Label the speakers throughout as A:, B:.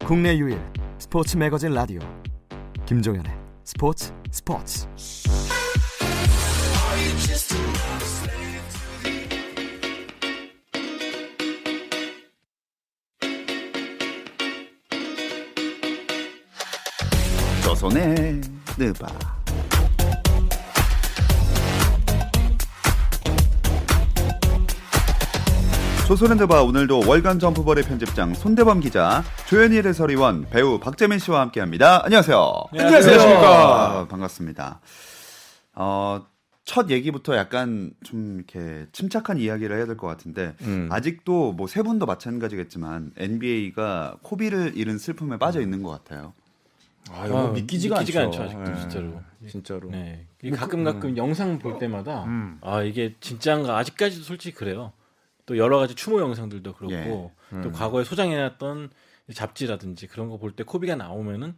A: 국내 유일 스포츠 매거진 라디오 김종현의 스포츠 스포츠
B: 조선의 느바 조선의 느바 오늘도 월간 점프볼의 편집장 손대범 기자 조현일 해설위원 배우 박재민 씨와 함께합니다. 안녕하세요.
C: 네, 안녕하십니까.
B: 아, 반갑습니다. 어, 첫 얘기부터 약간 좀 이렇게 침착한 이야기를 해야 될 것 같은데
C: 음.
B: 아직도 뭐 세 분도 마찬가지겠지만 NBA가 코비를 잃은 슬픔에 빠져 있는 것 같아요.
C: 아, 이거 믿기지가, 않죠. 네.
D: 아직도 진짜로.
C: 진짜로.
D: 네. 이 가끔 가끔 영상 볼 때마다
C: 음.
D: 아 이게 진짜인가 아직까지도 솔직히 그래요. 또 여러 가지 추모 영상들도 그렇고
B: 예.
D: 또 과거에 소장해놨던 잡지라든지 그런 거 볼 때 코비가 나오면은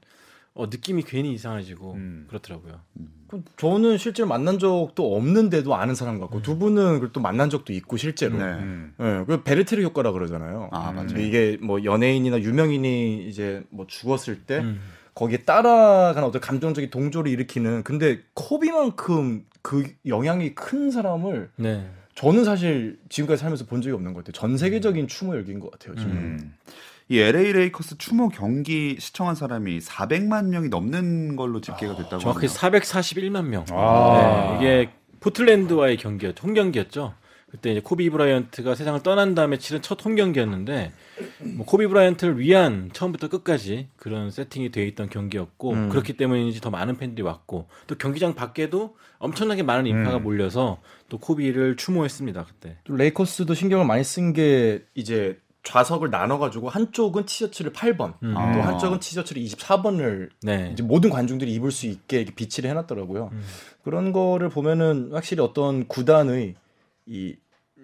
D: 어, 느낌이 괜히 이상해지고
C: 음.
D: 그렇더라고요.
E: 그 저는 실제로 만난 적도 없는데도 아는 사람 같고 두 분은 그걸 또 만난 적도 있고 실제로.
B: 네.
C: 음.
E: 예, 그 베르테르 효과라 그러잖아요.
B: 아, 맞아요.
E: 이게 뭐 연예인이나 유명인이 이제 뭐 죽었을 때
D: 음.
E: 거기에 따라가는 어떤 감정적인 동조를 일으키는 근데 코비만큼 그 영향이 큰 사람을
D: 네.
E: 저는 사실 지금까지 살면서 본 적이 없는 것 같아요. 전 세계적인 추모 열기인 것 같아요. 지금.
B: 음. 이 LA 레이커스 추모 경기 시청한 사람이 400만 명이 넘는 걸로 집계가 됐다고
D: 정확히
B: 하네요.
D: 441만 명.
C: 아.
D: 네, 이게 포틀랜드와의 경기였죠. 홈 경기였죠. 그때 이제 코비 브라이언트가 세상을 떠난 다음에 치른 첫 홈 경기였는데 뭐 코비 브라이언트를 위한 처음부터 끝까지 그런 세팅이 되어 있던 경기였고
E: 음.
D: 그렇기 때문인지 더 많은 팬들이 왔고 또 경기장 밖에도 엄청나게 많은 인파가 몰려서 또 코비를 추모했습니다 그때.
E: 또 레이커스도 신경을 많이 쓴 게 이제 좌석을 나눠가지고 한쪽은 티셔츠를 8번,
D: 음.
E: 또
B: 아.
E: 한쪽은 티셔츠를 24번을
D: 네. 음.
E: 이제 모든 관중들이 입을 수 있게 이렇게 비치를 해놨더라고요. 그런 거를 보면은 확실히 어떤 구단의 이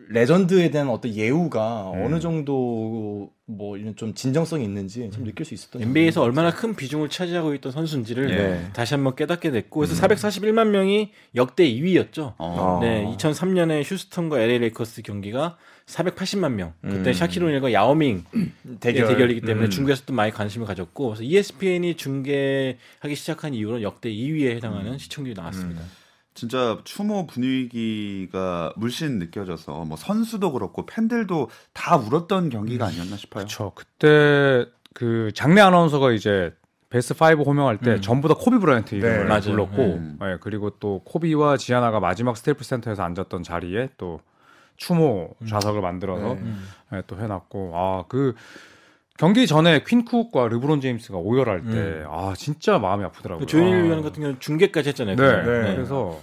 E: 레전드에 대한 어떤 예우가
D: 음.
E: 어느 정도 뭐 이런 좀 진정성이 있는지
D: 음.
E: 참 느낄 수 있었던
D: NBA에서 얼마나 큰 비중을 차지하고 있던 선수인지를
B: 예.
D: 다시 한번 깨닫게 됐고 그래서 441만 명이 역대 2위였죠.
B: 어.
D: 네, 2003년에 휴스턴과 LA 레이커스 경기가 480만 명. 그때
E: 음.
D: 샤키로닐과 야오밍
E: 대결.
D: 이기 네, 때문에
E: 음.
D: 중국에서도 많이 관심을 가졌고, 그래서 ESPN이 중계하기 시작한 이후로 역대 2위에 해당하는 시청률이 나왔습니다.
B: 진짜 추모 분위기가 물씬 느껴져서 뭐 선수도 그렇고 팬들도 다 울었던 경기가 아니었나 싶어요.
C: 그렇죠. 그때 그 장례 아나운서가 이제 베스트 5 호명할 때
D: 음.
C: 전부 다 코비 브라이언트
E: 네,
C: 이름을
D: 맞아요. 네.
C: 불렀고,
B: 음.
C: 예, 그리고 또 코비와 지아나가 마지막 스테이플 센터에서 앉았던 자리에 또 추모 좌석을 만들어서
E: 네.
D: 음.
C: 예, 또 해놨고, 아 그 경기 전에 퀸쿡과 르브론 제임스가 오열할 때,
D: 음.
C: 아 진짜 마음이 아프더라고요.
D: 그 조현일
C: 아.
D: 위원 같은 경우는 중계까지 했잖아요.
C: 네.
D: 그죠?
E: 네.
C: 그래서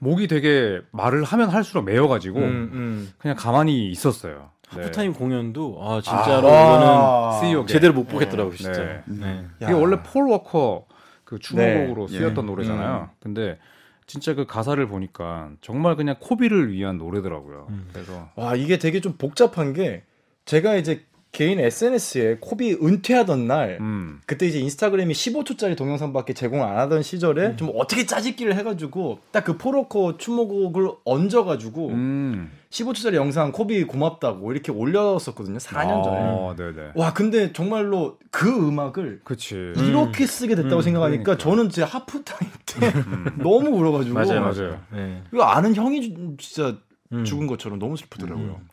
C: 목이 되게 말을 하면 할수록 메어가지고
E: 음, 음.
C: 그냥 가만히 있었어요. 네.
D: 하프타임 네. 그 공연도 아 진짜로 이거는
E: 아.
C: CEO 게.
D: 제대로 못 보겠더라고요, 진짜.
C: 네.
D: 네.
C: 이게 원래 폴 워커 그 추모곡으로
B: 네.
C: 쓰였던
B: 예.
C: 노래잖아요. 근데 진짜 그 가사를 보니까 정말 그냥 코비를 위한 노래더라고요.
D: 음.
C: 그래서
E: 와 아, 이게 되게 좀 복잡한 게 제가 이제 개인 SNS에 코비 은퇴하던 날
C: 음.
E: 그때 이제 인스타그램이 15초짜리 동영상밖에 제공 안 하던 시절에
C: 음.
E: 좀 어떻게 짜집기를 해가지고 딱 그 포로코 추모곡을 얹어가지고
C: 음.
E: 15초짜리 영상 코비 고맙다고 이렇게 올렸었거든요 4년 전에
C: 아, 네네.
E: 와 근데 정말로 그 음악을
C: 그치.
E: 이렇게 쓰게 됐다고
D: 음,
E: 생각하니까
C: 그러니까. 음.
E: 저는 제 하프타임 때 너무 울어가지고
C: 맞아요, 맞아요.
D: 네.
E: 이거 아는 형이 주- 진짜
D: 음.
E: 죽은 것처럼 너무 슬프더라고요
C: 음.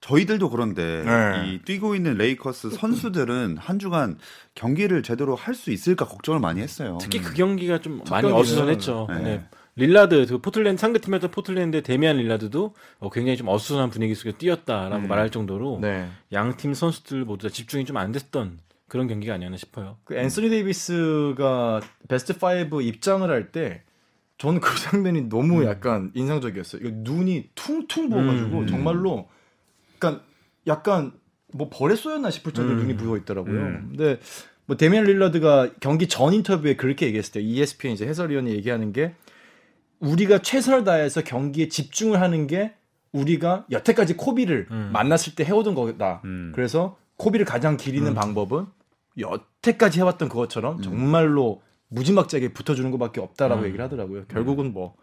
B: 저희들도 그런데
E: 네.
B: 이 뛰고 있는 레이커스 선수들은 한 주간 경기를 제대로 할 수 있을까 걱정을 많이 했어요. 음.
D: 특히 그 경기가 좀 많이
E: 경기는-
D: 어수선했죠.
B: 네.
D: 네. 릴라드 그 포틀랜드 상대팀이었던 포틀랜드의 데미안 릴라드도 어, 굉장히 좀 어수선한 분위기 속에 뛰었다라고 말할 정도로
E: 네.
D: 양 팀 선수들 모두 다 집중이 좀 안 됐던 그런 경기가 아니었나 싶어요.
E: 그 앤서니 데이비스가 베스트 5 입장을 할 때 저는 그 장면이 너무 약간 인상적이었어요. 이거 눈이 퉁퉁 부어가지고
D: 음.
E: 정말로 약간 그러니까 약간 뭐 벌에 쏘였나 싶을 정도로 눈이 부어 있더라고요.
C: 음.
E: 근데 뭐 데미안 릴라드가 경기 전 인터뷰에 그렇게 얘기했을 때 E ESPN 이제 해설위원이 얘기하는 게 우리가 최선을 다해서 경기에 집중을 하는 게 우리가 여태까지 코비를
D: 음.
E: 만났을 때 해오던 거다.
C: 음.
E: 그래서 코비를 가장 기리는
D: 음.
E: 방법은 여태까지 해왔던 그것처럼 정말로 무지막지하게 붙어주는 것밖에 없다라고
D: 음.
E: 얘기를 하더라고요. 결국은 뭐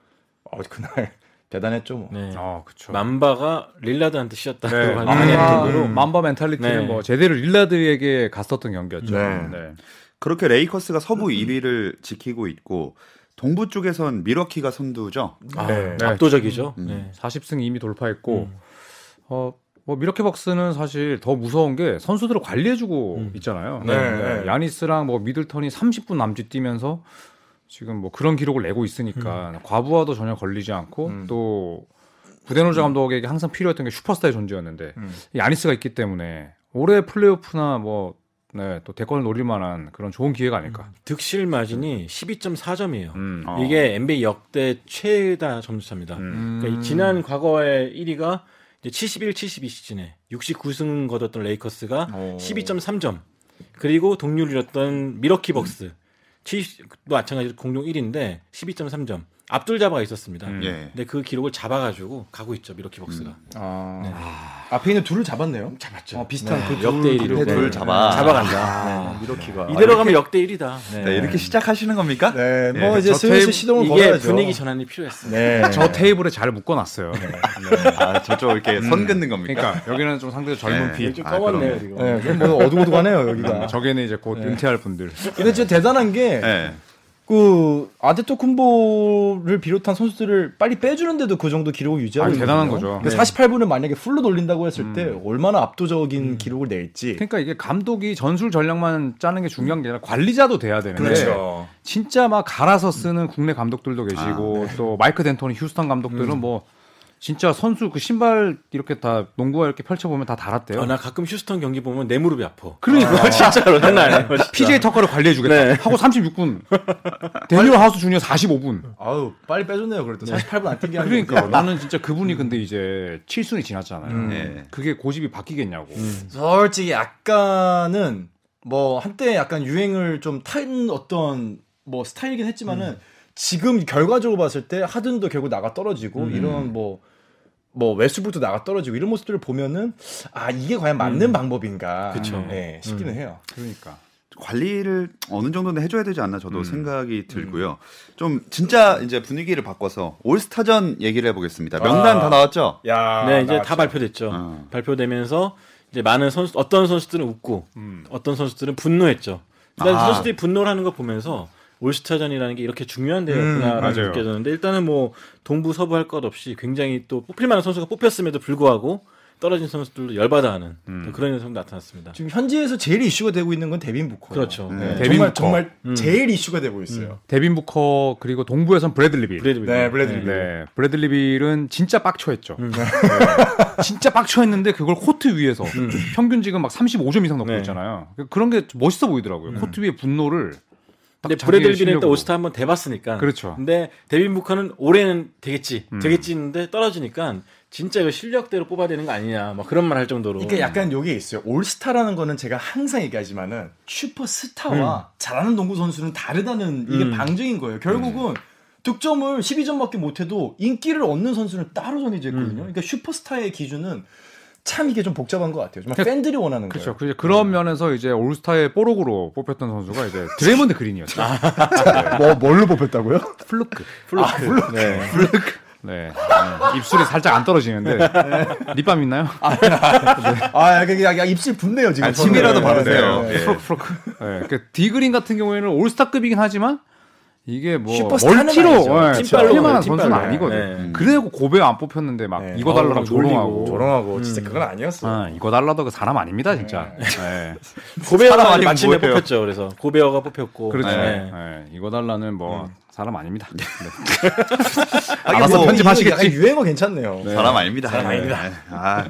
E: 어, 그날 대단했죠. 뭐.
D: 네.
C: 아, 그쵸.
D: 만바가 릴라드한테 씌었다고
C: 네,
D: 하는
C: 만바,
D: 음.
C: 만바 멘탈리티는
D: 네.
C: 뭐 제대로 릴라드에게 갔었던 경기였죠.
B: 네. 그렇게 레이커스가
D: 음,
B: 서부 1위를 지키고 있고 동부 쪽에선 미러키가 선두죠.
D: 아,
C: 네.
D: 압도적이죠.
B: 음.
D: 네.
C: 40승 이미 돌파했고
D: 음.
C: 어, 뭐 미러키 박스는 사실 더 무서운 게 선수들을 관리해주고
D: 음.
C: 있잖아요.
E: 네, 네.
C: 야니스랑 뭐 미들턴이 30분 남짓 뛰면서 지금 뭐 그런 기록을 내고 있으니까 과부하도 전혀 걸리지 않고
E: 음.
C: 또 부데노자 감독에게 항상 필요했던 게 슈퍼스타의 존재였는데
E: 음.
C: 이 야니스가 있기 때문에 올해 플레이오프나 뭐 네, 또 대권을 노릴 만한 그런 좋은 기회가
E: 음.
C: 아닐까.
D: 득실 마진이 12.4점이에요.
C: 음.
E: 아.
B: 어.
D: 이게 NBA 역대 최다 점수차입니다.
C: 음.
D: 그러니까 이 지난 과거의 1위가 이제 71, 72 시즌에 69승 거뒀던 레이커스가
E: 어.
D: 12.3점 그리고 동률이었던
E: 음.
D: 미러키 벅스 70도 마찬가지로 공동 1위인데 12.3점 앞둘잡아가 있었습니다.
C: 음.
B: 예.
D: 근데 그 기록을 잡아가지고 가고 있죠 미러키 벅스가.
E: 아,
D: 네.
E: 앞에 있는 둘을 잡았네요.
D: 잡았죠.
E: 어, 비슷한
D: 네,
E: 그 둘,
D: 역대 일위로.
E: 둘을
B: 둘 잡아.
D: 잡아간다.
E: 미러키가
D: 네. 이대로 가면 역대 1위다. 네.
B: 네, 이렇게 시작하시는 겁니까?
E: 네, 뭐
C: 예,
E: 이제
C: 저
E: 슬슬
C: 테이블-
E: 시동을
D: 이게
E: 걸어야죠.
D: 분위기 전환이 필요했어요.
E: 네,
C: 저 테이블에 잘 묶어놨어요.
B: 아, 저쪽 이렇게
E: 음.
B: 선 긋는 겁니까?
C: 그러니까 여기는 좀 상대적으로 젊은
B: 네.
C: 피.
B: 아, 그러네.
D: 지금.
E: 네, 그럼 뭐 어두고두하네요
D: 아.
E: 여기가.
C: 저기는 이제 곧
E: 네.
C: 은퇴할 분들.
E: 근데 진짜 대단한 게 그
B: 예.
E: 아데토쿤보를 비롯한 선수들을 빨리 빼주는데도 그 정도 기록을 유지하고
C: 아니, 대단한
E: 있거든요.
C: 거죠.
E: 그 48분을 만약에 풀로 돌린다고 했을 때 얼마나 압도적인 기록을 낼지.
C: 그러니까 이게 감독이 전술 전략만 짜는 게 중요한 게 아니라 관리자도 돼야 되는데
D: 그렇죠.
E: 어.
C: 진짜 막 갈아서 쓰는 국내 감독들도
D: 아,
C: 계시고
D: 네.
C: 또 마이크 덴토니 휴스턴 감독들은
D: 음.
C: 뭐 진짜 선수 그 신발 이렇게 다 농구화 이렇게 펼쳐 보면 다 달았대요.
D: 어, 나 가끔 휴스턴 경기 보면 내 무릎이 아파.
C: 그러니까
D: 진짜로 장난 아니에요. 진짜. 네.
C: PJ 터커를 관리해 주겠다 하고 36분 데니얼 하우스 주니어 45분.
E: 아우 빨리 빼줬네요. 그래도 48분 안 뛰게 하는
C: 그러니까
E: 거니까.
C: 나는 진짜 그분이 근데 이제 7순이 지났잖아요.
D: 음.
B: 예.
C: 그게 고집이 바뀌겠냐고.
E: 솔직히 약간은 뭐 한때 약간 유행을 좀 탄 어떤 뭐 스타일이긴 했지만은
D: 음.
E: 지금 결과적으로 봤을 때 하든도 결국 나가 떨어지고
D: 음.
E: 이런 뭐 뭐 웨스브룩도 나가 떨어지고 이런 모습들을 보면은 아 이게 과연 맞는 방법인가
D: 음. 그쵸. 음.
E: 예, 싶기는 해요.
C: 그러니까.
B: 관리를 어느 정도는 해줘야 되지 않나
E: 음.
B: 저도 생각이 들고요. 좀 진짜 이제 분위기를 바꿔서 올스타전 얘기를 해보겠습니다. 명단
E: 아.
B: 다 나왔죠?
E: 야,
D: 네, 이제 다 발표됐죠.
B: 어.
D: 발표되면서 이제 많은 선수 어떤 선수들은 웃고 어떤 선수들은 분노했죠. 일단
B: 아.
D: 선수들이 분노를 하는 거 보면서 올스타전이라는 게 이렇게 중요한 대회구나라는
C: 맞아요.
D: 느껴졌는데 일단은 뭐 동부 서부 할 것 없이 굉장히 또 뽑힐 만한 선수가 뽑혔음에도 불구하고 떨어진 선수들도 열받아하는 또 그런 현상도 나타났습니다.
E: 지금 현지에서 제일 이슈가 되고 있는 건 데빈 부커.
D: 그렇죠. 음.
E: 네, 정말
C: 데빈 부커.
E: 정말 제일 이슈가 되고 있어요.
C: 데빈 부커 그리고 동부에선 브래들리 빌.
D: 브래드
E: 네,
D: 빌.
E: 블레드리.
C: 네, 브래들리 빌은 진짜 빡쳐했죠.
D: 음.
C: 네. 진짜 빡쳐했는데 그걸 코트 위에서 평균 지금 막 35점 이상
D: 음.
C: 넣고
D: 네. 음.
C: 있잖아요. 그런 게 멋있어 보이더라고요. 코트 위에 분노를. 딱
D: 근데
C: 자기의
D: 브래들빌은 일단
C: 실력으로.
D: 올스타 한번 돼봤으니까.
C: 그렇죠. 음.
D: 근데 데빈 부커는 올해는 되겠지, 되겠지 했는데 떨어지니까 진짜 이거 실력대로 뽑아야 되는 거 아니냐, 막 그런 말 할 정도로.
E: 그러니까 약간 요게 있어요. 올스타라는 거는 제가 항상 얘기하지만은
C: 음.
E: 슈퍼스타와 잘하는 농구 선수는 다르다는 이게 방증인 거예요. 결국은
C: 음.
E: 득점을 12점밖에 못해도 인기를 얻는 선수는 따로 정해져
C: 음.
E: 있거든요. 그러니까 슈퍼스타의 기준은 참 이게 좀 복잡한 것 같아요. 정말 팬들이 원하는
C: 그렇죠.
D: 네.
E: 거예요.
C: 그- 그런
D: 음.
C: 면에서 이제 올스타의 뽀록으로 뽑혔던 선수가 이제 드레몬드 그린이었죠. 네.
E: 뭐 뭘로 뽑혔다고요?
C: 플루크.
D: 아. 플로크.
C: 네. 네. 네. 입술이 살짝 안 떨어지는데
D: 네.
C: 립밤 있나요?
E: 아, 약간, 약간 입술 붓네요 지금.
B: 아, 침이라도
E: 네,
B: 바르세요.
E: 네, 네.
B: 예.
C: 프로크 프로크. 네. 그 디그린 같은 경우에는 올스타급이긴 하지만 이게 뭐
E: 슈퍼스타는 아니죠.
C: 멀티로 예,
D: 찐빨로
C: 뛸 만한
D: 찐빨로.
C: 선수는
D: 네.
C: 아니거든.
D: 네.
C: 요 그래고 고베 안 뽑혔는데 막
E: 네.
C: 이거 달라고
D: 아우,
C: 조롱하고. 음.
D: 놀리고.
E: 조롱하고 진짜 그건 아니었어요.
C: 아, 이거 달라도 그 사람 아닙니다 진짜. 네.
D: 고베어가
B: 사람 아니면
D: 마침내
B: 뭐예요?
D: 뽑혔죠. 그래서 고베어가 뽑혔고.
C: 그렇죠.
D: 네.
C: 네. 이거 달라는 뭐 사람 아닙니다. 네.
E: 아,
C: 알아서
E: 이거
C: 편집하시겠지.
E: 약간 유행어 괜찮네요.
B: 뭐, 사람 아닙니다.
E: 사람 아닙니다.
B: 네. 아,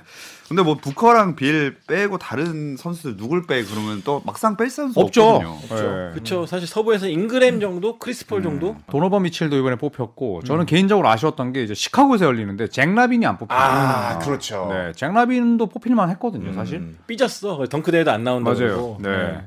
B: 근데 뭐 부커랑 빌 빼고 다른 선수들 누굴 빼 그러면 또 막상 뺄 선수
C: 없죠.
B: 없거든요.
C: 네. 음.
D: 그렇죠. 사실 서부에서 잉그램 정도, 크리스폴 정도.
C: 도노반 미첼도 이번에 뽑혔고
E: 음.
C: 저는 개인적으로 아쉬웠던 게 이제 시카고에서 열리는데 잭 라빈이 안 뽑혔어요.
E: 아, 그렇죠. 음.
C: 네, 잭 라빈도 뽑힐만 했거든요 사실.
D: 삐졌어. 그래서 덩크대회도 안 나온다고.
C: 맞아요.
D: 그러고.
C: 네.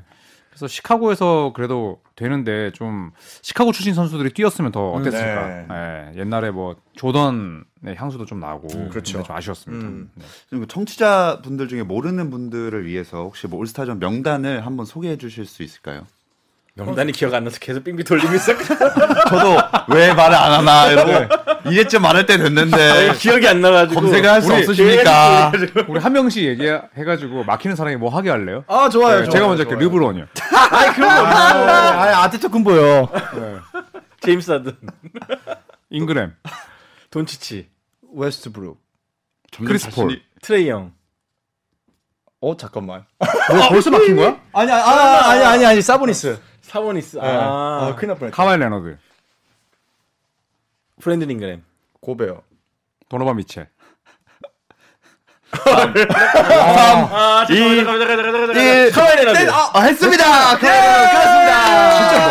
C: 그래서 시카고에서 그래도 되는데 좀 시카고 출신 선수들이 뛰었으면 더 어땠을까.
E: 음,
C: 예, 옛날에 뭐 조던의 향수도 좀 나고
E: 네. 그렇죠.
C: 근데 좀 아쉬웠습니다.
E: 음.
C: 네.
B: 그리고 청취자분들 중에 모르는 분들을 위해서 혹시 뭐 올스타전 명단을 한번 소개해 주실 수 있을까요?
D: 명단이 기억 안 나서 계속 빙빙 돌리고 있어.
C: 네.
B: 저도 왜 말을 안 하나 이러고 이제쯤 말할 때 됐는데
D: 기억이 안 나가지고.
B: 검색을 할 수
C: 우리
B: 없으십니까?
C: 우리 한 명씩 얘기해가지고 막히는 사람이 뭐 하게 할래요?
E: 아 좋아요.
C: 네, 제가 먼저 할게요. 르브론이요.
E: 아 아테토쿤보요.
D: 제임스 하든,
C: 잉그램,
D: 돈치치,
E: 웨스트브룩.
C: 크리스 폴.
D: 트레이 형.
E: 어 잠깐만.
C: 뭐 벌써 막힌 거야?
E: 아니 아, 아, 아니 아니 아니 사보니스.
D: 사보니스.
E: 네.
D: 아,
C: 그
E: 아 큰일 날 뻔했다.
C: 카와이 레너드,
D: 프렌드 링그램.
E: 고베요.
C: 도노반 미첼.
D: 아, 잠깐만, 잠깐만, 잠깐만, 잠깐만, 잠깐만.
B: 일.
D: 카와이 레너드.
B: 아, 했습니다. 그래, 그렇습니다.
C: 네, 진짜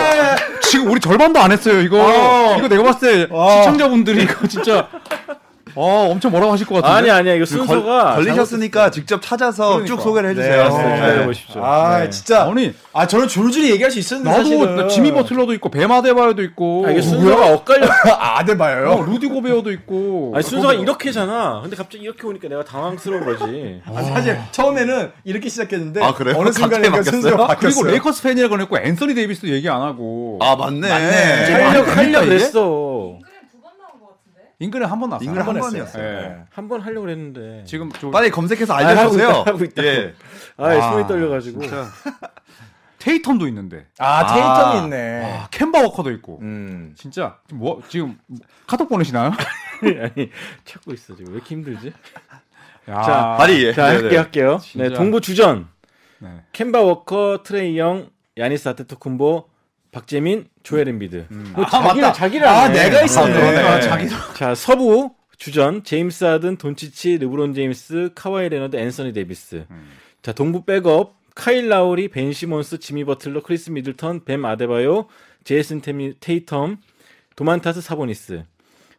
C: 뭐 지금 우리 절반도 안 했어요 이거. 이거 내가 봤을 때 시청자분들이 이거 진짜 어 엄청 뭐라고 하실 것 같은데.
D: 아니 아니야 이거
B: 걸,
D: 순서가
B: 걸리셨으니까 직접 찾아서 쭉 소개를 해주세요.
E: 네,
B: 네.
D: 잘해 보십시오.
E: 아 진짜.
C: 아니
E: 아 저는 줄줄이 얘기할 수 있었는데
C: 나도
E: 사실은. 어.
C: 나 지미 뭐 버틀러도 있고 베마데바요도 있고
D: 아, 이게
C: 누구야?
D: 순서가 엇갈려.
E: 아, 아데바요요.
C: 어, 루디 고베어도 있고.
D: 아니 순서가
C: 거기다-
D: 이렇게잖아. 근데 갑자기 이렇게 오니까 내가 당황스러운 거지.
E: 아, 사실 처음에는 네. 이렇게 시작했는데
B: 아, 그래요?
E: 어느
D: 그러니까
E: 순간에
B: 갑자기
E: 순서가 바뀌었어요.
C: 네? 그리고 레이커스 팬이라고 했고 앤서니 데이비스도 얘기 안 하고.
B: 아 맞네.
D: 하려고 하려고
C: 이게?
D: 그러니까 그랬어.
F: 그냥 두번 나온 것 같은데?
C: 잉글은 한 번 나왔어.
B: 잉글 한
E: 했어요.
B: 번이었어요.
C: 예.
D: 한 번 하려고 그랬는데.
C: 지금 좀
B: 빨리 검색해서
D: 아, 하고
B: 알려주세요.
D: 있다, 하고 있다.
B: 예.
D: 아,
C: 아,
D: 손이 떨려가지고.
C: 테이텀도 있는데.
E: 아
B: 아.
E: 테이텀이 있네.
C: 아, 캔버 워커도 있고.
E: 음.
C: 진짜 뭐 지금 카톡 보내시나요?
D: 아니 찾고 있어 지금 왜 이렇게 힘들지?
C: 야.
D: 자,
B: 빨리 예.
D: 아, 자
B: 네네.
D: 할게요 할게요.
C: 진짜.
D: 네 동부 주전.
C: 네.
D: 캔바 워커, 트레이 영, 야니스 아테토쿤보, 박재민, 조엘 엠비드. 뭐 자기를 자기를
E: 아
D: 하네.
E: 내가 있었네.
B: 그러네.
E: 아,
C: 자기
D: 자 서부 주전 제임스 하든, 돈치치, 르브론 제임스, 카와이 레너드, 앤서니 데이비스. 자 동부 백업 카일 라우리, 벤 시몬스, 지미 버틀러, 크리스 미들턴, 뱀 아데바요, 제이슨 테미, 테이텀, 도만타스 사보니스.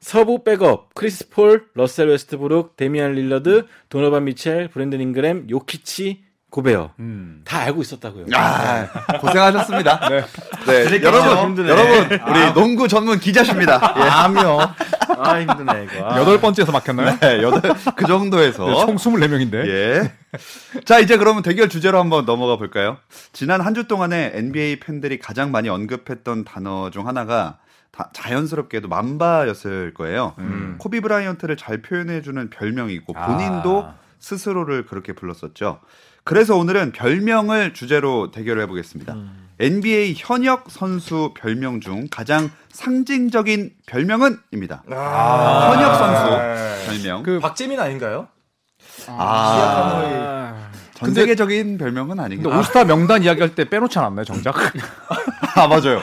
D: 서부 백업 크리스 폴, 러셀 웨스트브룩, 데미안 릴러드, 도노반 미첼, 브랜든 잉그램, 요키치, 고베어. 다 알고 있었다고요.
B: 아, 고생하셨습니다. 네.
D: 아, 예.
B: 여러분,
D: 힘드네.
B: 여러분, 우리 농구 전문 기자십니다.
E: 아며.
D: 아 힘드네 이거. 아.
C: 여덟 번째에서 막혔나요?
B: 예, 여덟 그 정도에서
C: 네, 총 24명인데.
B: 예. 자, 이제 그러면 대결 주제로 한번 넘어가 볼까요? 지난 한 주 동안에 NBA 팬들이 가장 많이 언급했던 단어 중 하나가 다- 자연스럽게도 맘바였을 거예요. 코비 브라이언트를 잘 표현해주는 별명이고 본인도 스스로를 그렇게 불렀었죠. 그래서 오늘은 별명을 주제로 대결을 해보겠습니다. NBA 현역 선수 별명 중 가장 상징적인 별명은입니다. 현역 선수 별명.
C: 그
E: 박재민 아닌가요?
B: 아,
D: 아.
B: 전 세계적인 별명은 아니긴
C: 근데 올스타 명단 이야기할 때 빼놓지 않았나요, 정작?
B: 아 맞아요.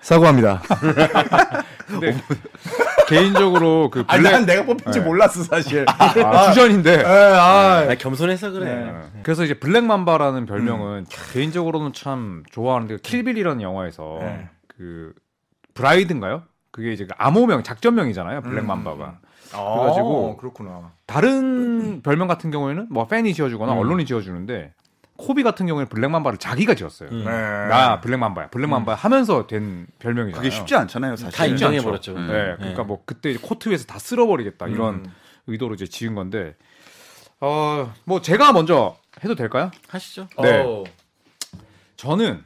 E: 사과합니다.
C: 개인적으로 그
E: 아니
C: 블랙
E: 난 내가 뽑힌지 몰랐어 사실.
C: 아, 주전인데.
E: 예, 아,
D: 아, 겸손해서 그래.
C: 네. 그래서 이제 블랙맘바라는 별명은
B: 음.
C: 개인적으로는 참 좋아하는데 킬빌이라는 영화에서
E: 네.
C: 그 브라이드인가요? 그게 이제 그 암호명 작전명이잖아요
B: 음.
C: 블랙맘바가 그래가지고-
E: 아, 그렇구나.
B: 음.
C: 다른 별명 같은 경우에는 뭐 팬이 지어주거나 언론이 지어주는데 코비 같은 경우에는 블랙맘바를 자기가 지었어요
D: 음.
C: 나 블랙맘바야 블랙맘바 하면서 된
B: 음.
C: 별명이잖아요
B: 그게 쉽지 않잖아요, 사실.
D: 다 인정해 버렸죠.
B: 음.
C: 네, 그러니까 뭐 그때 이제 코트 위에서 다 쓸어버리겠다 이런
E: 음.
C: 의도로 이제 지은 건데 어뭐 제가 먼저 해도 될까요?
D: 하시죠.
C: 네.
E: 어.
C: 저는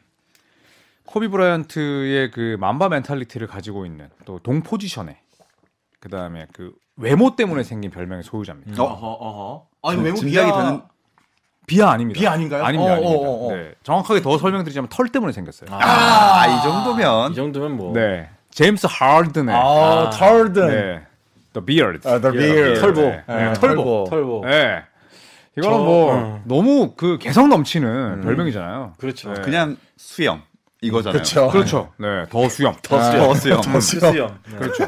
C: 코비 브라이언트의 그 맘바 멘탈리티를 가지고 있는 또 동 포지션에 그 다음에 그 외모 때문에 생긴 별명의 소유자입니다.
B: 어?
E: 음. 어허 어허. 아니
B: 진-
E: 외모
B: 진작이
E: 비하-
B: 되는-
C: 비하 아닙니다.
E: 비하 아닌가요?
C: 아닙니다.
E: 어,
C: 아닙니다.
E: 어, 어, 어.
C: 네, 정확하게 더 설명드리자면 털 때문에 생겼어요.
B: 아, 이 정도면
D: 이 정도면 뭐
C: 네, 제임스 하든의
E: 아, 털든.
C: 네, The Beard,
E: 아, the beard.
D: 털보.
C: 네, 네,
E: 예,
C: 털보.
D: 털보. 뭐.
C: 네. 이거는
D: 저-
C: 뭐
D: 음.
C: 너무 그 개성 넘치는 별명이잖아요.
D: 그렇죠.
C: 네.
B: 그냥 수염 이거잖아요.
E: 그렇죠.
C: 그렇죠. 네, 더 수염. 더
B: 더 수염.
D: 수영. 그렇죠.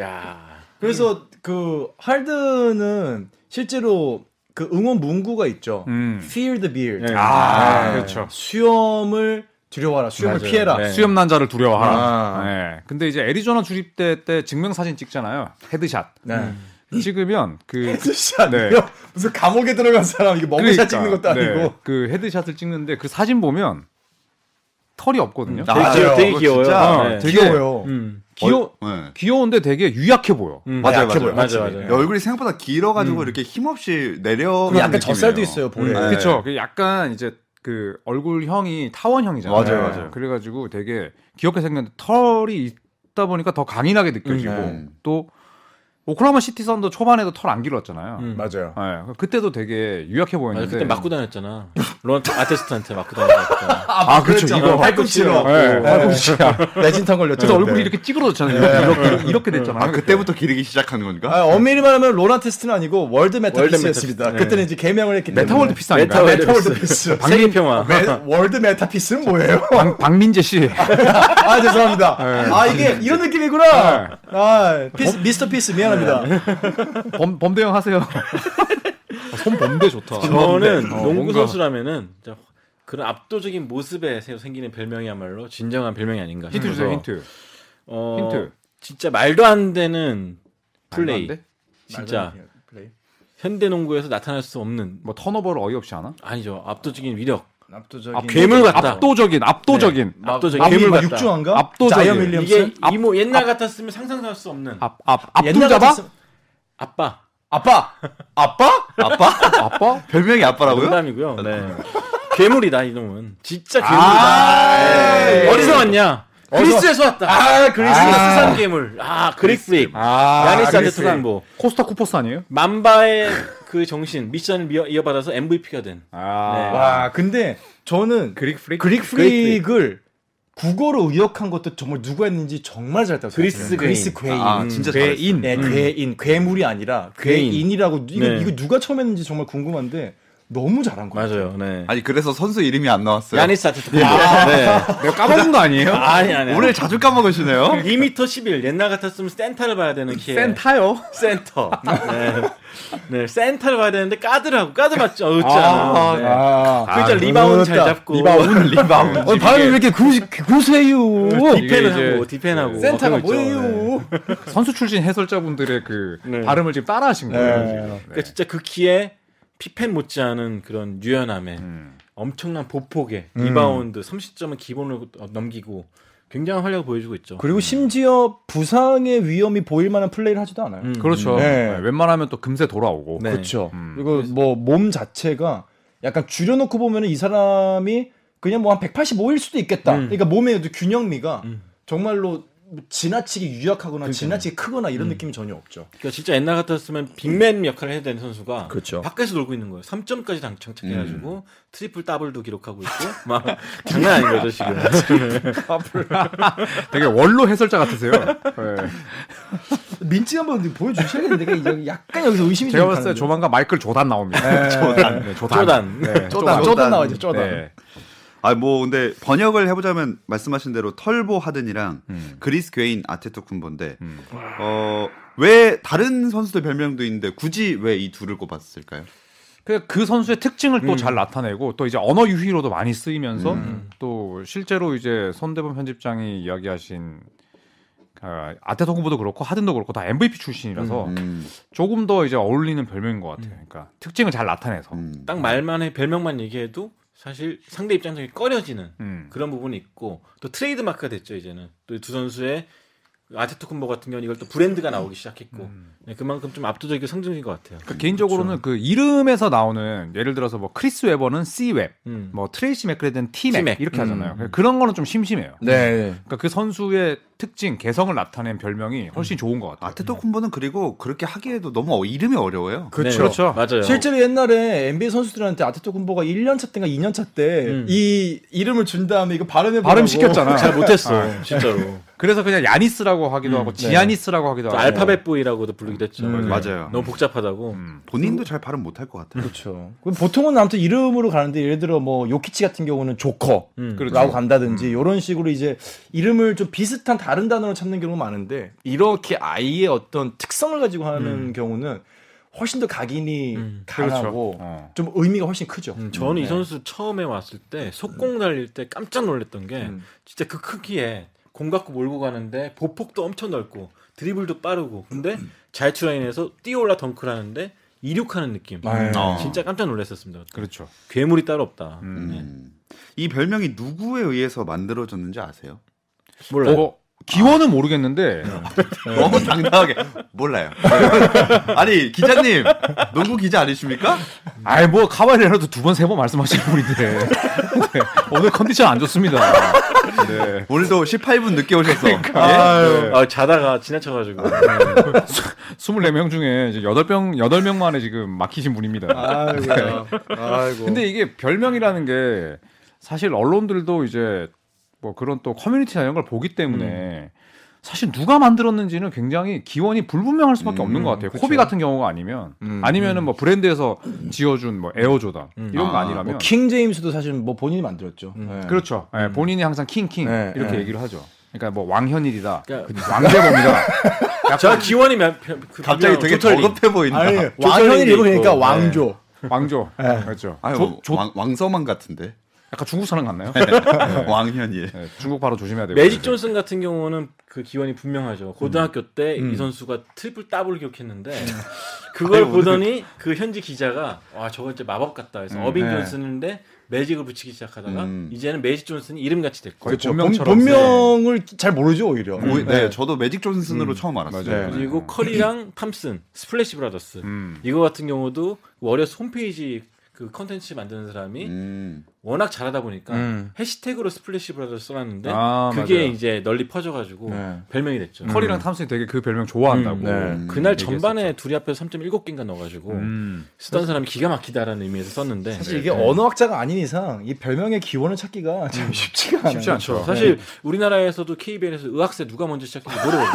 D: 야.
E: 그래서 그 할든은 실제로 그 응원 문구가 있죠.
C: 음.
E: Fear the beard.
D: 예.
C: 아,
E: 네.
C: 그렇죠.
E: 수염을 두려워하라. 수염을
D: 맞아요.
E: 피해라.
D: 네.
C: 수염 난자를 두려워하라.
E: 아.
C: 네. 근데 이제 애리조나 주립대 때 증명사진 찍잖아요. 헤드샷.
E: 네.
C: 찍으면 그
E: 헤드샷.
C: 네.
E: 이거 무슨 감옥에 들어간 사람 이게 멍게샷 찍는 것도
C: 그러니까,
E: 아니고.
C: 네. 그 헤드샷을 찍는데 그 사진 보면 털이 없거든요.
B: 아,
D: 되게
E: 맞아요.
D: 귀여워. 되게
B: 그거
D: 귀여워요.
B: 진짜.
E: 어,
D: 네.
C: 되게
E: 귀여워요.
D: 음.
C: 귀여
B: 네.
C: 귀여운데 되게 유약해 보여.
D: 음.
B: 맞아요,
E: 약해
B: 맞아요.
E: 보여요.
D: 맞아,
E: 확실히.
D: 맞아.
B: 얼굴이 생각보다 길어가지고 이렇게 힘없이 내려.
C: 아,
E: 그리고 약간 젖살도 있어요 볼에.
B: 음. 네.
C: 그렇죠. 약간 이제 그 얼굴형이 타원형이잖아요. 네.
B: 맞아요, 맞아요.
C: 그래가지고 되게 귀엽게 생겼는데 털이 있다 보니까 더 강인하게 느껴지고
B: 음.
C: 또 오클라마 시티 선도 초반에도 털 안 길었잖아요.
D: 음.
F: 맞아요.
C: 예, 그때도 되게 유약해
D: 맞아,
C: 보였는데
D: 그때 맞고 다녔잖아. 론 아테스트한테 맞고 다녔잖아.
C: 아, 그렇죠 이거
F: 발꿈치로.
C: 예, 발꿈치야.
E: 레진턴 걸렸죠.
C: 그래서
E: 그때.
C: 얼굴이 이렇게 찌그러졌잖아요. 이렇게, 이렇게, 이렇게 됐잖아요. 네.
B: 아 그때부터 기르기 시작한 건가?
E: 아, 엄밀히 말하면 로란 테스트는 아니고 월드
D: 월드
E: 메타피스였습니다.
D: 메타피스.
E: 그때는 이제 개명을 했기 때문에.
C: 메타월드 피스 아닌가요?
E: 메타월드 피스.
C: 아,
D: 세계 평화.
E: 메- 월드 메타피스는 뭐예요?
C: 방, 박민재 씨.
E: 아 죄송합니다. 아 이게 이런 느낌이구나. 아 피스, 미스터 피스 미안합니다.
C: 네. 범, 범대형 하세요. 네.
F: 손 범대 좋다.
D: 저는 농구
C: 어, 뭔가-
D: 선수라면은 진짜 그런 압도적인 모습에 새로 생기는 별명이야말로 진정한 별명이 아닌가.
C: 힌트 주세요,
D: 싶어서,
C: 힌트.
D: 어,
C: 힌트.
D: 진짜 말도 안 되는 플레이.
C: 말도 안 돼?
D: 진짜 현대 농구에서 나타날 수 없는
C: 뭐 턴오버를 어이없이 하나?
D: 아니죠 압도적인 위력.
E: 압도적인.
D: 아,
C: 아,
D: 괴물 같다.
C: 예. 압도적인, 압도적인.
D: 네, 압도적인
C: 압-
D: 괴물
E: 괴물
D: 같다.
E: 육중한가?
C: 압도적인.
E: 자이언 윌리엄슨.
D: 이게
C: 압-
D: 이모 옛날 같았으면 상상도 할 수 없는
C: 압, 압,
E: 옛날
C: 압둘 잡아?
E: 같았으면-
D: 아빠
E: 아빠. 아빠? 아빠?
C: 아빠?
B: 별명이 아빠라고요?
D: 농담이고요. 네. 괴물이다 이놈은 진짜 괴물이다. 네. 어디서 왔냐? 그리스에서 왔다. 아 그리스 수산 괴물. 아 그리스.
C: 아,
D: 야니스한테 뭐.
C: 그리스.
D: 수산보.
C: 코스타 쿠퍼스 아니에요?
D: 만바의 그 정신 미션을 미어- 이어받아서 네. MVP가 된.
C: 아.
E: 와 근데 저는
C: 그릭 프릭?
E: 그릭 프릭을 국어로 의역한 것도 정말 누가 했는지 정말 잘 따서
D: 그리스 괴인.
E: 그리스 괴인.
B: 아 진짜 잘했어.
C: 괴인.
E: 네, 괴인, 괴물이 아니라
D: 괴인.
E: 괴인이라고 이거,
D: 네.
E: 이거 누가 처음 했는지 정말 궁금한데 너무 잘한 거예요.
D: 맞아요. 네.
B: 아니 그래서 선수 이름이 안 나왔어요.
D: 야니스 아테토콤보.
B: 네.
C: 내가 까먹은 거 아니에요?
D: 아니 아니. 어?
B: 오늘 자주 까먹으시네요.
D: 2m 11 옛날 같았으면 센터를 봐야 되는 키에
C: 센타요?
D: 센터. 네. 네, 센터를 봐야 되는데 까드라고 까드 맞죠? 어지 않아. 네.
E: 아,
D: 그러니까 리바운드 잘 잡고
E: 리바운, 리바운.
C: 어, 발음이 왜 이렇게 구시, 구세요?
D: 그 디펜 하고 디펜 하고
E: 센터가
D: 그런 거 있죠. 네.
E: 뭐예요?
C: 그렇죠. 선수 출신 해설자분들의 그
D: 네.
C: 발음을 지금 따라하신 거예요.
E: 네.
C: 지금.
D: 그러니까 진짜 그 키에 피펜 못지않은 그런 유연함에 엄청난 보폭에
E: 음.
D: 리바운드 30점은 기본으로 넘기고 굉장한 활약을 보여주고 있죠.
E: 그리고 심지어 부상의 위험이 보일 만한 플레이를 하지도 않아요.
D: 음,
C: 그렇죠.
E: 네.
C: 네, 웬만하면 또 금세 돌아오고.
D: 네.
E: 그렇죠. 그리고 뭐 몸 자체가 약간 줄여놓고 보면 이 사람이 그냥 뭐 한 185일 수도 있겠다.
D: 음.
E: 그러니까 몸의 그 균형미가
D: 음.
E: 정말로 뭐 지나치게 유약하거나 지나치게 크거나 이런 느낌이 전혀 없죠.
D: 그러니까 진짜 옛날 같았으면 빅맨 역할을 해야 되는 선수가
E: 음. 그렇죠. 음.
D: 밖에서 놀고 있는 거예요. 3점까지 당 장착해가지고 트리플 더블도 기록하고 있고 막 장난 아닌 거죠 지금.
C: 되게 원로 해설자 같으세요. 네.
E: 민지 한번 보여주셔야겠는데 이게 여기 약간 여기서 의심이
C: 제가
E: 좀
C: 봤을 때
E: 가는데.
C: 조만간 마이클 조단 나옵니다. 조단. 네, 조단.
D: 조단.
C: 네,
E: 쪼다
B: 쪼다.
E: 쪼다 나와죠 쪼다.
C: 네.
B: 아뭐 근데 번역을 해보자면 말씀하신 대로 털보 하든이랑 그리스 괴인 아테토쿤보인데 어왜 다른 선수들 별명도 있는데 굳이 왜 이 둘을 꼽았을까요?
C: 그, 그 선수의 특징을 또 잘 나타내고 또 이제 언어 유희로도 많이 쓰이면서 또 실제로 이제 손대범 편집장이 이야기하신 아, 아테토공부도 그렇고 하든도 그렇고 다 MVP 출신이라서
B: 음,
C: 조금 더 이제 어울리는 별명인 것 같아요. 그러니까 특징을 잘 나타내서.
B: 음.
D: 딱 말만 해 별명만 얘기해도 사실 상대 입장에서 꺼려지는
C: 음.
D: 그런 부분이 있고 또 트레이드 마크가 됐죠 이제는 또 두 선수의 아테토쿤보 같은 경우는 이걸 또 브랜드가 나오기 시작했고 네, 그만큼 좀 압도적이고 상징인 것 같아요.
C: 그러니까 개인적으로는 그 이름에서 나오는 예를 들어서 뭐 크리스 웨버는 C 웹,
D: 음.
C: 뭐 트레이시 맥그레든 T 맥 음.
D: T-Mac.
C: 이렇게 하잖아요. 그러니까 그런 거는 좀 심심해요.
E: 네.
C: 그러니까 그 선수의 특징, 개성을 나타낸 별명이 훨씬 좋은 것 음. 같아요.
B: 아테토쿤보는 그리고 그렇게 하기에도 너무 어- 이름이 어려워요.
E: 그렇죠.
D: 네, 그렇죠. 맞아요.
E: 실제로 옛날에 NBA 선수들한테 아테토쿤보가 1년 차 때인가 2년 차
D: 음.
E: 때 이 이름을 준 다음에 이거 발음해 보라고
C: 발음 시켰잖아.
D: 잘 못했어 진짜로.
C: 그래서 그냥 야니스라고 하기도 하고 지아니스라고 네. 하기도
D: 저
C: 하고
D: 알파벳 보이라고도 부르기도 했죠. 네.
E: 음,
B: 맞아요.
D: 너무 복잡하다고.
B: 본인도 잘 발음 못할 것 같아요.
E: 그렇죠. 그럼 보통은 아무튼 이름으로 가는데 예를 들어 뭐 요키치 같은 경우는 조커라고
D: 음.
E: 간다든지 이런 식으로 이제 이름을 좀 비슷한 다른 단어로 찾는 경우가 많은데 이렇게 아이의 어떤 특성을 가지고 하는 경우는 훨씬 더 각인이 강하고
C: 어.
E: 좀 의미가 훨씬 크죠.
D: 음, 저는
B: 네.
D: 이 선수 처음에 왔을 때 속공 날릴 때 깜짝 놀랐던 게
E: 음.
D: 진짜 그 크기에 공 갖고 몰고 가는데 보폭도 엄청 넓고 드리블도 빠르고 근데 자유투라인에서 뛰어올라 덩크를 하는데 이륙하는 느낌.
E: 아,
B: 어.
D: 진짜 깜짝 놀랐었습니다.
C: 그렇죠.
D: 괴물이 따로 없다.
B: 음. 이 별명이 누구에 의해서 만들어졌는지 아세요?
D: 몰라요.
C: 어, 기원은 모르겠는데
B: 너무 어, 당당하게 몰라요. 아니 기자님 농구 기자 아니십니까?
C: 아이 뭐 카와이라도 두 번 세 번 말씀하시는 분인데 네, 오늘 컨디션 안 좋습니다. 네. 예?
B: 오늘도 18분 늦게 예? 오셨어.
C: 그러니까. 아유. 네.
D: 아, 자다가 지나쳐가지고
B: 음.
C: 24명 중에 이제 8병, 8명 만에 지금 막히신 분입니다.
E: 아이고. 아이고.
C: 근데 이게 별명이라는 게 사실 언론들도 이제 뭐 그런 또 커뮤니티나 이런 걸 보기 때문에 사실 누가 만들었는지는 굉장히 기원이 불분명할 수밖에 없는 것 같아요. 코비 같은 경우가 아니면 아니면은 뭐 브랜드에서 지어준 뭐 에어조다 이런 거
B: 아,
C: 아니라면
E: 뭐 킹제임스도 사실 뭐 본인이 만들었죠. 예.
C: 그렇죠. 예, 본인이 항상 킹킹
E: 네,
C: 이렇게
E: 네.
C: 얘기를 하죠. 그러니까 뭐 왕현일이다,
D: 그러니까
C: 왕재범이다.
D: 저 기원이 면- 그
B: 갑자기
D: 별명
B: 되게
D: 도털이.
B: 저급해 보인다.
E: 아니,
B: 아니,
E: 왕현이
D: 있고.
E: 일본이니까 왕조.
C: 왕조. 그렇죠. 조-
B: 뭐, 왕, 왕서만 같은데
C: 약간 중국 사람 같나요?
B: 네. 왕현이.
C: 네, 중국 바로 조심해야 되고.
D: 매직 존슨 같은 경우는 그 기원이 분명하죠. 고등학교
C: 음.
D: 때 이 선수가 트리플 더블 기록했는데 그걸 보더니 그 현지 기자가 와 저건 진짜 마법 같다 해서
C: 음.
D: 어빙
C: 네.
D: 존슨인데 매직을 붙이기 시작하다가
B: 음.
D: 이제는 매직 존슨이 이름같이 됐고
C: 거의
E: 뭐 본-
C: 본명처럼. 네.
E: 본명을 잘 모르죠 오히려.
B: 오, 네, 저도 매직 존슨으로 처음 알았어요.
C: 맞아요.
B: 네.
D: 그리고 커리랑 탐슨 스플래시 브라더스
C: 음.
D: 이거 같은 경우도 워리어스 홈페이지 그 컨텐츠 만드는 사람이
B: 음.
D: 워낙 잘하다 보니까
C: 음.
D: 해시태그로 스플래시 브라더스 써놨는데
C: 아,
D: 그게
C: 맞아요. 음.
D: 이제 널리 퍼져가지고
E: 네.
D: 별명이 됐죠.
C: 커리랑 탐슨이 되게 그 별명 좋아한다고.
E: 음, 네.
B: 음,
D: 그날 전반에 둘이 앞에서 3.7개인가 넣어가지고
C: 음.
D: 쓰던 사람이 기가 막히다라는 의미에서 썼는데 네.
E: 사실 이게 언어학자가 아닌 이상 이 별명의 기원을 찾기가 참 쉽지가 않아요. 네.
C: 쉽지 않죠.
D: 사실 우리나라에서도 KBL에서 의학세 누가 먼저 시작했는지 모르거든요.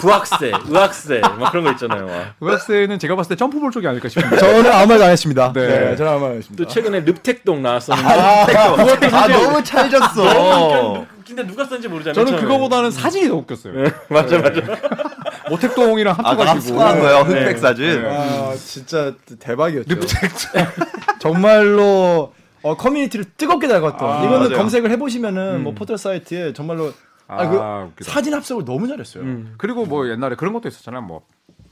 D: 부학세, 의학세 막 그런 거 있잖아요. 막.
C: 웨스는 제가 봤을 때 점프볼 쪽이 아닐까 싶은데.
E: 저는 아무 말도 안 했습니다.
C: 네.
E: 네, 저는 아무 말도 안
D: 또
E: 했습니다.
D: 최근에 릅택동 나왔었는데
B: 아 너무 찰졌어.
D: 근데 누가 썼는지 모르잖아요.
C: 저는
D: 처음에. 네.
C: 그거보다는 사진이 더 웃겼어요.
D: 맞아 맞아.
C: 모택동이랑
B: 아, 그
C: 합쳐가지고.
B: 합숙한 거예요 흑백 사진.
E: 아, 진짜 대박이었죠. 정말로 어, 커뮤니티를 뜨겁게 달궜던.
C: 아,
E: 이거는
B: 맞아요.
E: 검색을 해보시면은 뭐 포털 사이트에 정말로 아, 그
C: 아, 웃기다.
E: 사진 합성을 너무 잘했어요.
D: 음,
C: 그리고 뭐 옛날에 그런 것도 있었잖아요. 뭐,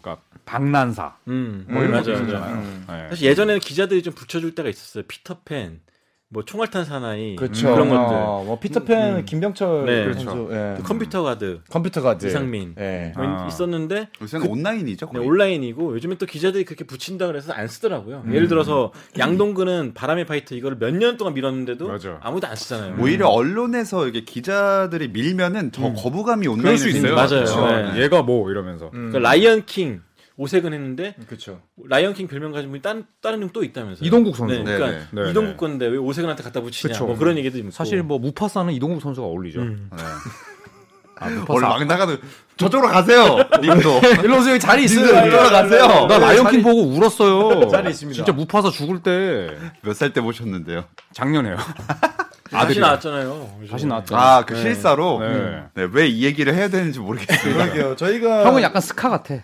C: 그러니까 박난사.
D: 음,
C: 뭐 이런
D: 맞아
C: 것도
D: 맞아.
C: 있었잖아요. 네.
D: 사실 예전에는 기자들이 좀 붙여줄 때가 있었어요. 피터팬, 뭐 총알탄 사나이
E: 그렇죠.
D: 런 것들,
E: 어, 뭐 피터팬, 김병철
D: 네.
E: 선수, 예.
D: 그 컴퓨터 가드,
E: 컴퓨터 가드,
D: 이상민.
E: 예.
D: 뭐
C: 아.
D: 있었는데
B: 요새는 온라인이죠.
D: 네,
B: 거의.
D: 온라인이고 요즘에 또 기자들이 그렇게 붙인다 그래서 안 쓰더라고요.
C: 음.
D: 예를 들어서 양동근은 바람의 파이터 이거를 몇 년 동안 밀었는데도
C: 맞아. 뭐
D: 아무도 안 쓰잖아요.
B: 음.
D: 음.
B: 오히려 언론에서 이게 기자들이 밀면은 저 거부감이 온라인
C: 그럴 수 있어요.
D: 맞아요.
C: 그렇죠.
D: 네.
C: 얘가 뭐 이러면서.
D: 그러니까 라이언 킹 오색은 했는데
E: 그렇죠.
D: 라이언 킹 별명 가진 분이 다른 다른 형 또 있다면서요.
C: 이동국 선수.
D: 네, 그러니까
B: 네,
C: 네. 네, 네.
D: 이동국 건데 왜 오색은한테 갖다 붙이냐.
C: 그쵸.
D: 뭐 그런 얘기도 있고.
C: 사실 뭐 무파사는 이동국 선수가 어울리죠.
D: 음.
C: 아,
B: 원래
C: 무파사.
B: 뭐 막 나가는 저쪽으로 가세요. 님도
C: 네.
E: 일로 오세요. 자리 있어요.
B: 님들 돌아가세요.
C: 나 라이언킹 보고 울었어요.
E: 자리 있습니다.
C: 진짜 무파사 죽을 때
B: 몇 살 때 보셨는데요?
C: 작년에요.
D: 다시 나왔잖아요. 그죠?
C: 다시 나왔죠.
B: 아 그 실사로 음.
C: 네.
B: 왜 이 얘기를 해야 되는지 모르겠습니다.
E: 그러게요. 저희가
C: 형은 약간 스카 같아.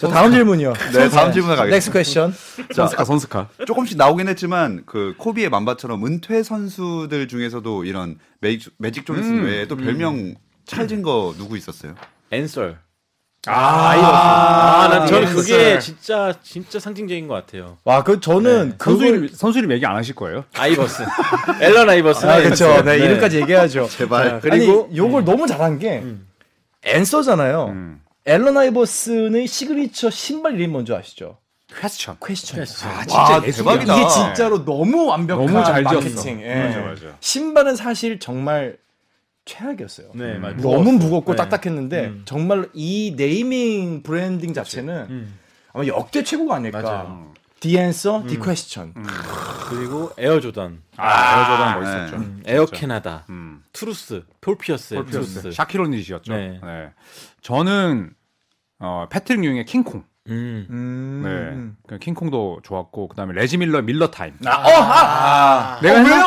E: 자, 다음 질문이요.
B: 네 다음 질문에 가겠습니다.
E: 넥스 퀘션.
C: 선스카 선스카.
B: 조금씩 나오긴 했지만 그 코비의 만바처럼 은퇴 선수들 중에서도 이런 매직, 매직 존슨
C: 음.
B: 외에 또 별명 찰진 거 누구 있었어요?
D: 앤썰.
C: 아,
D: 아, 난 저는
C: 네.
E: 앤썰.
D: 그게 진짜 진짜 상징적인 것 같아요.
E: 와, 그 저는
C: 선수
E: 그걸
C: 이름 선수 이름 얘기 안 하실 거예요?
D: 아이버스, 앨런 아이버스.
E: 아, 그렇죠. 네, 이름까지 얘기하죠.
B: 제발.
E: 그리고 아니, 요걸 너무 잘한 게 앤서잖아요. 앨런 아이버슨의 시그니처 신발 이름 뭔지 아시죠?
C: 퀘스천.
E: 퀘스천.
C: 아,
B: 와,
C: 예술이야.
B: 대박이다.
E: 이게 진짜로 네. 너무 완벽한
C: 너무 잘 지었어.
E: 마케팅. 예.
C: 맞아, 맞아.
E: 신발은 사실 정말 최악이었어요.
C: 음.
D: 네, 맞아요.
E: 너무 무겁고
D: 네.
E: 딱딱했는데
D: 음.
E: 정말 이 네이밍 브랜딩 자체는
D: 음.
E: 아마 역대 최고가 아닐까.
D: 맞아요.
E: 디앤서, 디퀘스천.
D: 그리고 에어 조던.
C: 아, 에어조단 멋있었죠.
B: 네.
D: 에어 캐나다,
C: 음.
D: 투루스, 폴피어스,
C: 폴피어스.
D: 투루스.
C: 샤키로니시였죠.
D: 네.
C: 네. 저는 어, 패트릭 융의 킹콩.
D: 음.
E: 음.
C: 네. 그 킹콩도 좋았고 그다음에 레지 밀러 밀러 타임.
E: 아, 어, 아,
C: 내가
E: 어,
C: 했나?
E: 왜요?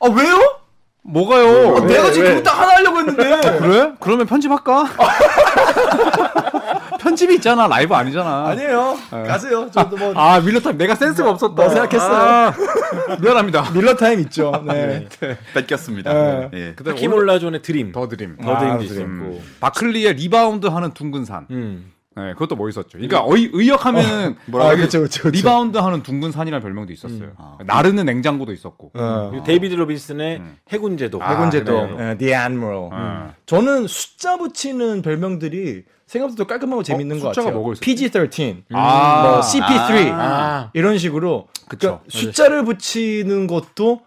E: 아, 왜요?
C: 뭐가요? 아,
E: 어, 내가 지금 그거 딱 하나 하려고 했는데.
C: 그래? 그러면 편집할까? 편집이 있잖아. 라이브 아니잖아.
E: 아니에요. 가세요. 저도 뭐
C: 아 밀러 타임 내가 센스가 없었다.
E: 뭐 생각했어요.
C: 아, 미안합니다. 아,
E: 밀러 타임 있죠. 네.
B: 뺏겼습니다.
E: 네.
B: 예.
C: 그다음에
D: 하키몰라존의 드림.
C: 더 드림.
E: 아,
D: 더드림도 있었고.
C: 바클리의 리바운드 하는 둥근 산.
D: 음.
C: 네, 그것도 멋있었죠. 그러니까 어이, 의역하면은
E: 아, 그렇죠, 그렇죠. 그렇죠.
C: 리바운드 하는 둥근 산이라는 별명도 있었어요.
B: 아.
C: 나르는 냉장고도 음. 있었고.
E: 어.
D: 그리고 데이비드 로빈슨의 해군제도.
E: 해군제도
D: 아, 네.
E: 어, The Admiral.
C: 음.
E: 저는 숫자 붙이는 별명들이 생각보다 깔끔하고 재밌는 것
C: 어, 숫자가
E: 같아요.
C: 뭐가 있었지?
E: PG-13,
C: 아.
E: 뭐 CP3
D: 아.
E: 음. 이런 식으로 그러니까
C: 네.
E: 숫자를 붙이는 것도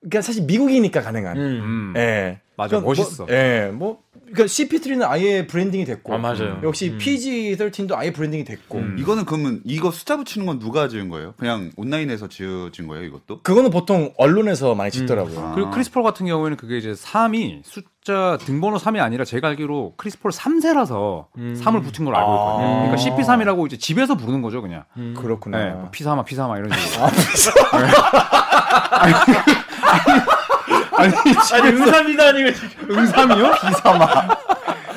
E: 그러니까 사실 미국이니까 가능한.
D: 음.
C: 음.
E: 예.
C: 맞아,
E: 그러니까
C: 멋있어.
E: 뭐, 예, 뭐 그러니까 CP3는 아예 브랜딩이 됐고,
D: 아, 맞아요.
E: 역시
C: 음.
E: PG-13도 아예 브랜딩이 됐고,
B: 이거는 그러면 이거 숫자 붙이는 건 누가 지은 거예요? 그냥 온라인에서 지어진 거예요, 이것도?
E: 그거는 보통 언론에서
C: 음.
E: 많이 짓더라고요.
B: 아.
C: 그리고 크리스폴 같은 경우에는 그게 이제 3이 숫자 등번호 3이 아니라 제가 알기로 크리스폴 3세라서
D: 음.
C: 3을 붙인 걸로 알고 있거든요.
E: 아.
C: 그러니까 CP3이라고 이제 집에서 부르는 거죠, 그냥. 네,
E: 그렇구나. 아,
C: 뭐 피사마 피사마 이런 식으로.
D: 아니 의사입니다 아니고 지금.
C: 응삼이요? 피사마.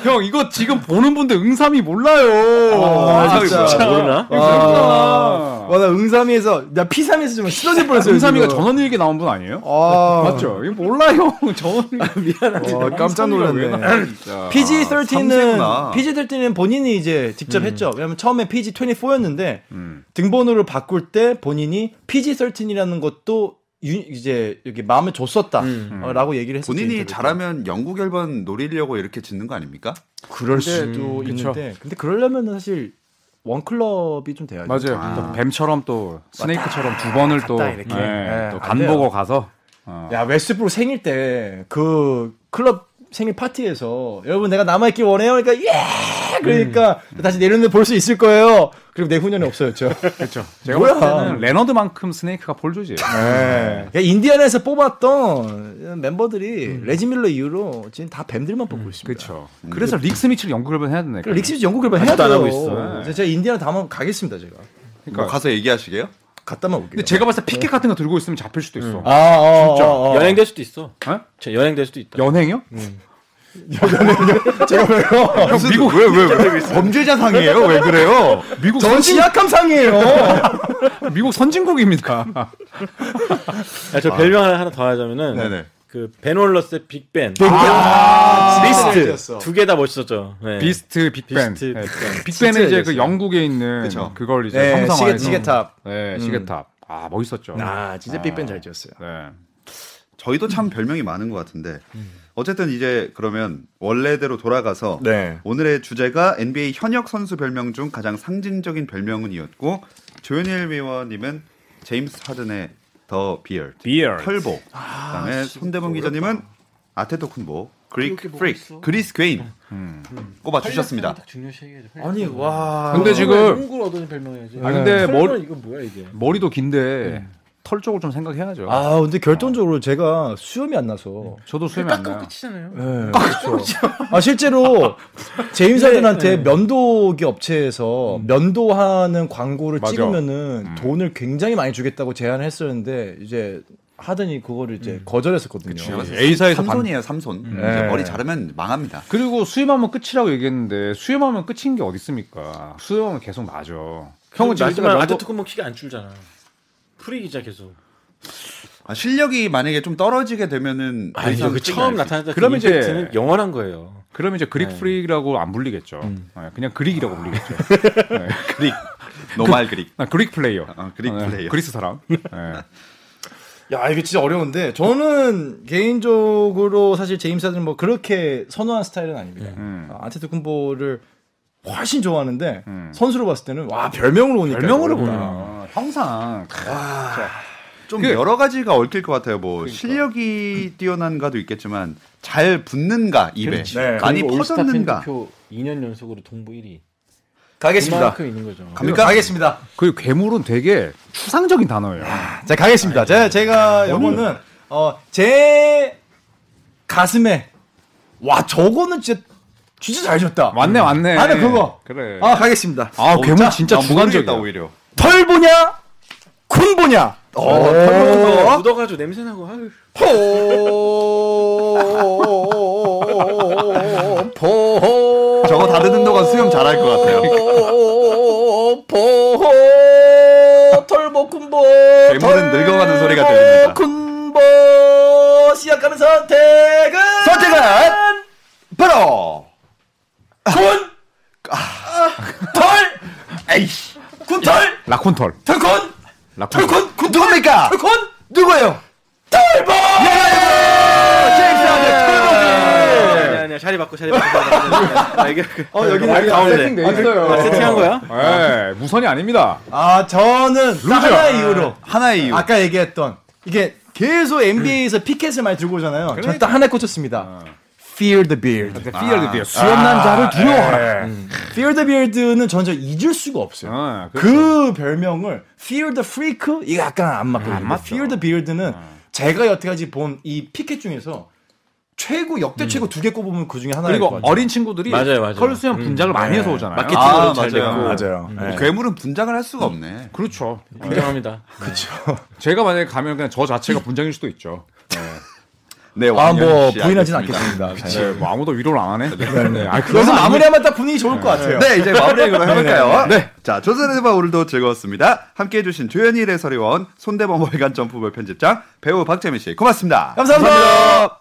C: 형 이거 지금 보는 분들 응삼이 몰라요.
E: 아, 진짜.
D: 모르나?
C: 아,
E: 와, 나 응삼이에서 나 피삼에서 좀 쓰러질 뻔했어요.
C: 응삼이가
E: 지금.
C: 전원일기 나온 분 아니에요?
E: 아,
C: 맞죠? 이거 몰라요. 전원 미안한데. 아,
E: 와, 어, 깜짝 놀랐네. 아,
C: 진짜.
E: PG13은
B: 삼세구나.
E: PG13은 본인이 이제 직접 했죠. 왜냐면 처음에 PG24였는데
C: 음.
E: 등번호를 바꿀 때 본인이 PG13이라는 것도 유- 이제 이렇게 마음에
D: 음.
E: 줬었다라고 얘기를 했어요.
B: 본인이 잘하면 영국 열번 노리려고 이렇게 짓는 거 아닙니까?
E: 그럴
C: 수도
E: 있는데 근데 그러려면 사실 원 클럽이 좀 돼야죠.
C: 맞아요. 또 뱀처럼 또 스네이크처럼 두 번을 또,
E: 갔다 이렇게.
C: 네,
E: 예,
C: 또
E: 안 돼요.
C: 간보고 가서 어.
E: 야 웨스브룩 생일 때 그 클럽 생일 파티에서 여러분 내가 남아 있길 원해요. 그러니까 예. 그러니까 다시 내년에 볼 수 있을 거예요. 그리고 내 후년에 없어졌죠.
C: 그렇죠. 제가
E: 뭐야.
C: 봤을 때는 레너드만큼 스네이크가 볼조지예요.
E: 예. 그러니까 인디안에서 뽑았던 멤버들이 레지밀러 이후로 지금 다 뱀들만 뽑고 있습니다.
C: 그렇죠. 그래서 릭 스미츠를 연극을 해야 되네.
E: 그럼 릭시즈 영국 결번 해야
D: 아직도
E: 돼요.
D: 안 하고 있어.
E: 제가 인디안 다음번 가겠습니다. 제가
C: 그러니까
B: 뭐 가서 얘기하시게요?
E: 갔다만 올게요.
C: 근데 제가 봤을 때 피켓 같은 거 들고 있으면 잡힐 수도 있어.
E: 아, 어, 진짜 어, 어.
D: 연행될 수도 있어.
C: 어?
D: 제 연행될 수도 있다.
C: 연행이요?
E: 제가 왜요?
C: 형 미국 왜 왜 왜?
B: 범죄자 상이에요? 왜 그래요?
C: 미국
E: 전
C: 선진
E: 시약함상이에요.
C: 미국 선진국입니다.
D: 아, 저 별명 하나, 하나 더 하자면은
B: 네네.
D: 그 베놀러스의 빅벤. 아,
E: 아, 리스트.
D: 두 개 다 멋있었죠. 네.
C: 비스트 빅벤.
D: 비스트,
C: 네.
D: 빅벤.
C: 빅벤은 이제 그
E: 진짜
C: 영국에 있는
B: 그쵸.
C: 그걸 이제
E: 네,
C: 삼성
E: 시계
C: 안에서
E: 시계탑.
C: 네, 시계탑. 아 멋있었죠.
E: 아, 진짜 빅밴 잘 지었어요.
C: 네.
B: 저희도 참 별명이 많은 것 같은데 어쨌든 이제 그러면 원래대로 돌아가서
E: 네.
B: 오늘의 주제가 NBA 현역 선수 별명 중 가장 상징적인 별명은이었고 조현일 위원님은 제임스 하든의 더 비얼
C: Beard.
B: 털보 그다음에 손대범 기자님은 아테토쿤보 그릭 프릭 그리스 괴인 음. 꼽아 주셨습니다.
D: 중요시 해야죠.
E: 아니 와.
C: 근데 지금
D: 홍구를 얻어낸 별명이지.
C: 아, 근데 머리-
D: 이거 뭐야 이게?
C: 머리도 긴데 털 쪽을 좀 생각해야죠.
E: 아 근데 결정적으로 제가 수염이 안 나서.
C: 저도 수염이 안 나요.
D: 깎고 끝이잖아요.
E: 네, 그렇죠. 아 실제로 제임스 하든한테 면도기 업체에서 면도하는 광고를
C: 맞아.
E: 찍으면은 돈을 굉장히 많이 주겠다고 제안을 했었는데 이제 하든이 그거를 이제 거절했었거든요.
C: A사에서 반
B: 삼손이에요 삼손
E: 네.
B: 이제 머리 자르면 망합니다.
C: 그리고 수염하면 끝이라고 얘기했는데 수염하면 끝인 게 어디 있습니까? 수염은 계속 나죠. 형은
D: 지금
C: 지금 면도-
D: 아테토쿤보 뭐 키가 안 줄잖아. 프릭이자 계속.
B: 아, 실력이 만약에 좀 떨어지게 되면은 더
D: 아니
B: 이상
D: 그
B: 찍지
D: 처음
B: 않을 수
D: 나타났다. 그
C: 그러면 이제-
D: 임팩트는 영원한 거예요.
C: 그러면 이제 그릭
D: 네.
C: 프릭이라고 안 불리겠죠. 네, 그냥 그릭이라고 불리겠죠.
B: 그릭 노말 그릭
C: 아, 그릭 플레이어.
B: 아, 그릭
C: 네,
B: 플레이어.
C: 그리스 사람. 네.
E: 야 이게 진짜 어려운데 저는 개인적으로 사실 제임스 하든 뭐 그렇게 선호한 스타일은 아닙니다.
C: 음.
E: 아, 안테토쿤보를 훨씬 좋아하는데
C: 음.
E: 선수로 봤을 때는 와 별명으로 오니까
C: 별명으로
E: 어렵다.
C: 보면 형상.
B: 좀
C: 그-
B: 여러 가지가 얽힐 것 같아요. 뭐
D: 그러니까.
B: 실력이 뛰어난가도 있겠지만 잘 붙는가 입에
E: 네.
B: 많이
D: 그리고 올스타
B: 퍼졌는가.
D: 팬투표 2년 연속으로 동부 1위.
E: 가겠습니다.
D: 그만큼 있는 거죠.
E: 갑니까? 가겠습니다.
C: 그리고 괴물은 되게 추상적인 아, 단어예요.
E: 자 가겠습니다. 제, 제가 요거는 어, 제 가슴에 와 저거는 진짜 진짜 잘 줬다.
C: 맞네, 맞네.
E: 아, 네, 그거.
C: 그래.
E: 아뭐 가겠습니다.
C: 아, 괴물
E: 자,
C: 진짜
B: 난
C: 주관적이다.
B: 모르겠다, 오히려.
E: 털 보냐 군 보냐.
D: 어, 묻어가지고 냄새 나고 아유.
E: 포
B: 저거 다 듣는 동안 수염 잘할 것 같아요.
E: 포 털보쿤보
B: 괴물은 늙어가는 소리가 들립니다.
E: 쿤보 시작하는 선택은
B: 선택은 바로
E: 군
B: 에이씨 군털
C: 라콘털.
B: 털콘
C: 라콘털.
B: 털콘 군털입니까
E: 털콘?
B: 누구예요? 털보
D: 아니 아니 자리 바꿔 자리 바꿔. 자리 바꿔. 아, 이게
E: 어 여기
D: 아,
E: 여기
D: 가운데.
E: 세팅돼
C: 아,
E: 있어요.
D: 아, 세팅한 거야?
C: 예, 무선이 아닙니다.
E: 아 저는 딱
C: 루저.
E: 하나의 이유로
B: 하나의 이유
E: 아까 얘기했던 이게 계속
C: 음.
E: NBA에서 피켓을 많이 들고 오잖아요. 전 딱 하나에 꽂혔습니다.
C: 아.
E: Fear the beard.
C: 피어드 피어.
E: 수염 난 자를 두려워하라.
C: 아. 예.
E: Fear the beard는 전혀 잊을 수가 없어요.
C: 아,
E: 그 별명을 Fear the freak 이거 약간 안 아. 맞거든요. Fear the beard는 제가 여태까지 본 이 피켓 중에서 최고 역대 최고 두 개 꼽으면 그 중에 하나일 것
C: 그리고
E: 같아요.
C: 어린 친구들이
D: 맞아요, 맞아요.
C: 털 수염
D: 음.
C: 분장을 많이 해서 오잖아요.
D: 마케팅으로
B: 아,
D: 잘
B: 맞아요. 뭐
D: 됐고.
E: 맞아요. 네.
B: 괴물은 분장을 할 수가 없네
C: 그렇죠.
D: 인정합니다.
C: 제가 만약에 가면 그냥 저 자체가 분장일 수도 있죠.
B: 네,
E: 아뭐
B: 완전 씨
E: 부인하진
B: 알겠습니다.
E: 않겠습니다.
C: 네, 뭐 아무도 위로를 안 하네. 네. 아,
E: 그래서
C: 그래서
E: 마무리하면 딱 분위기 좋을 것 같아요.
B: 네 이제 마무리 그럼 해볼까요 네. 자 조선의 바 오늘도 즐거웠습니다 함께해 주신 조현일 해설위원 손대범 월간 점프볼 편집장 배우 박재민 씨 고맙습니다
E: 감사합니다.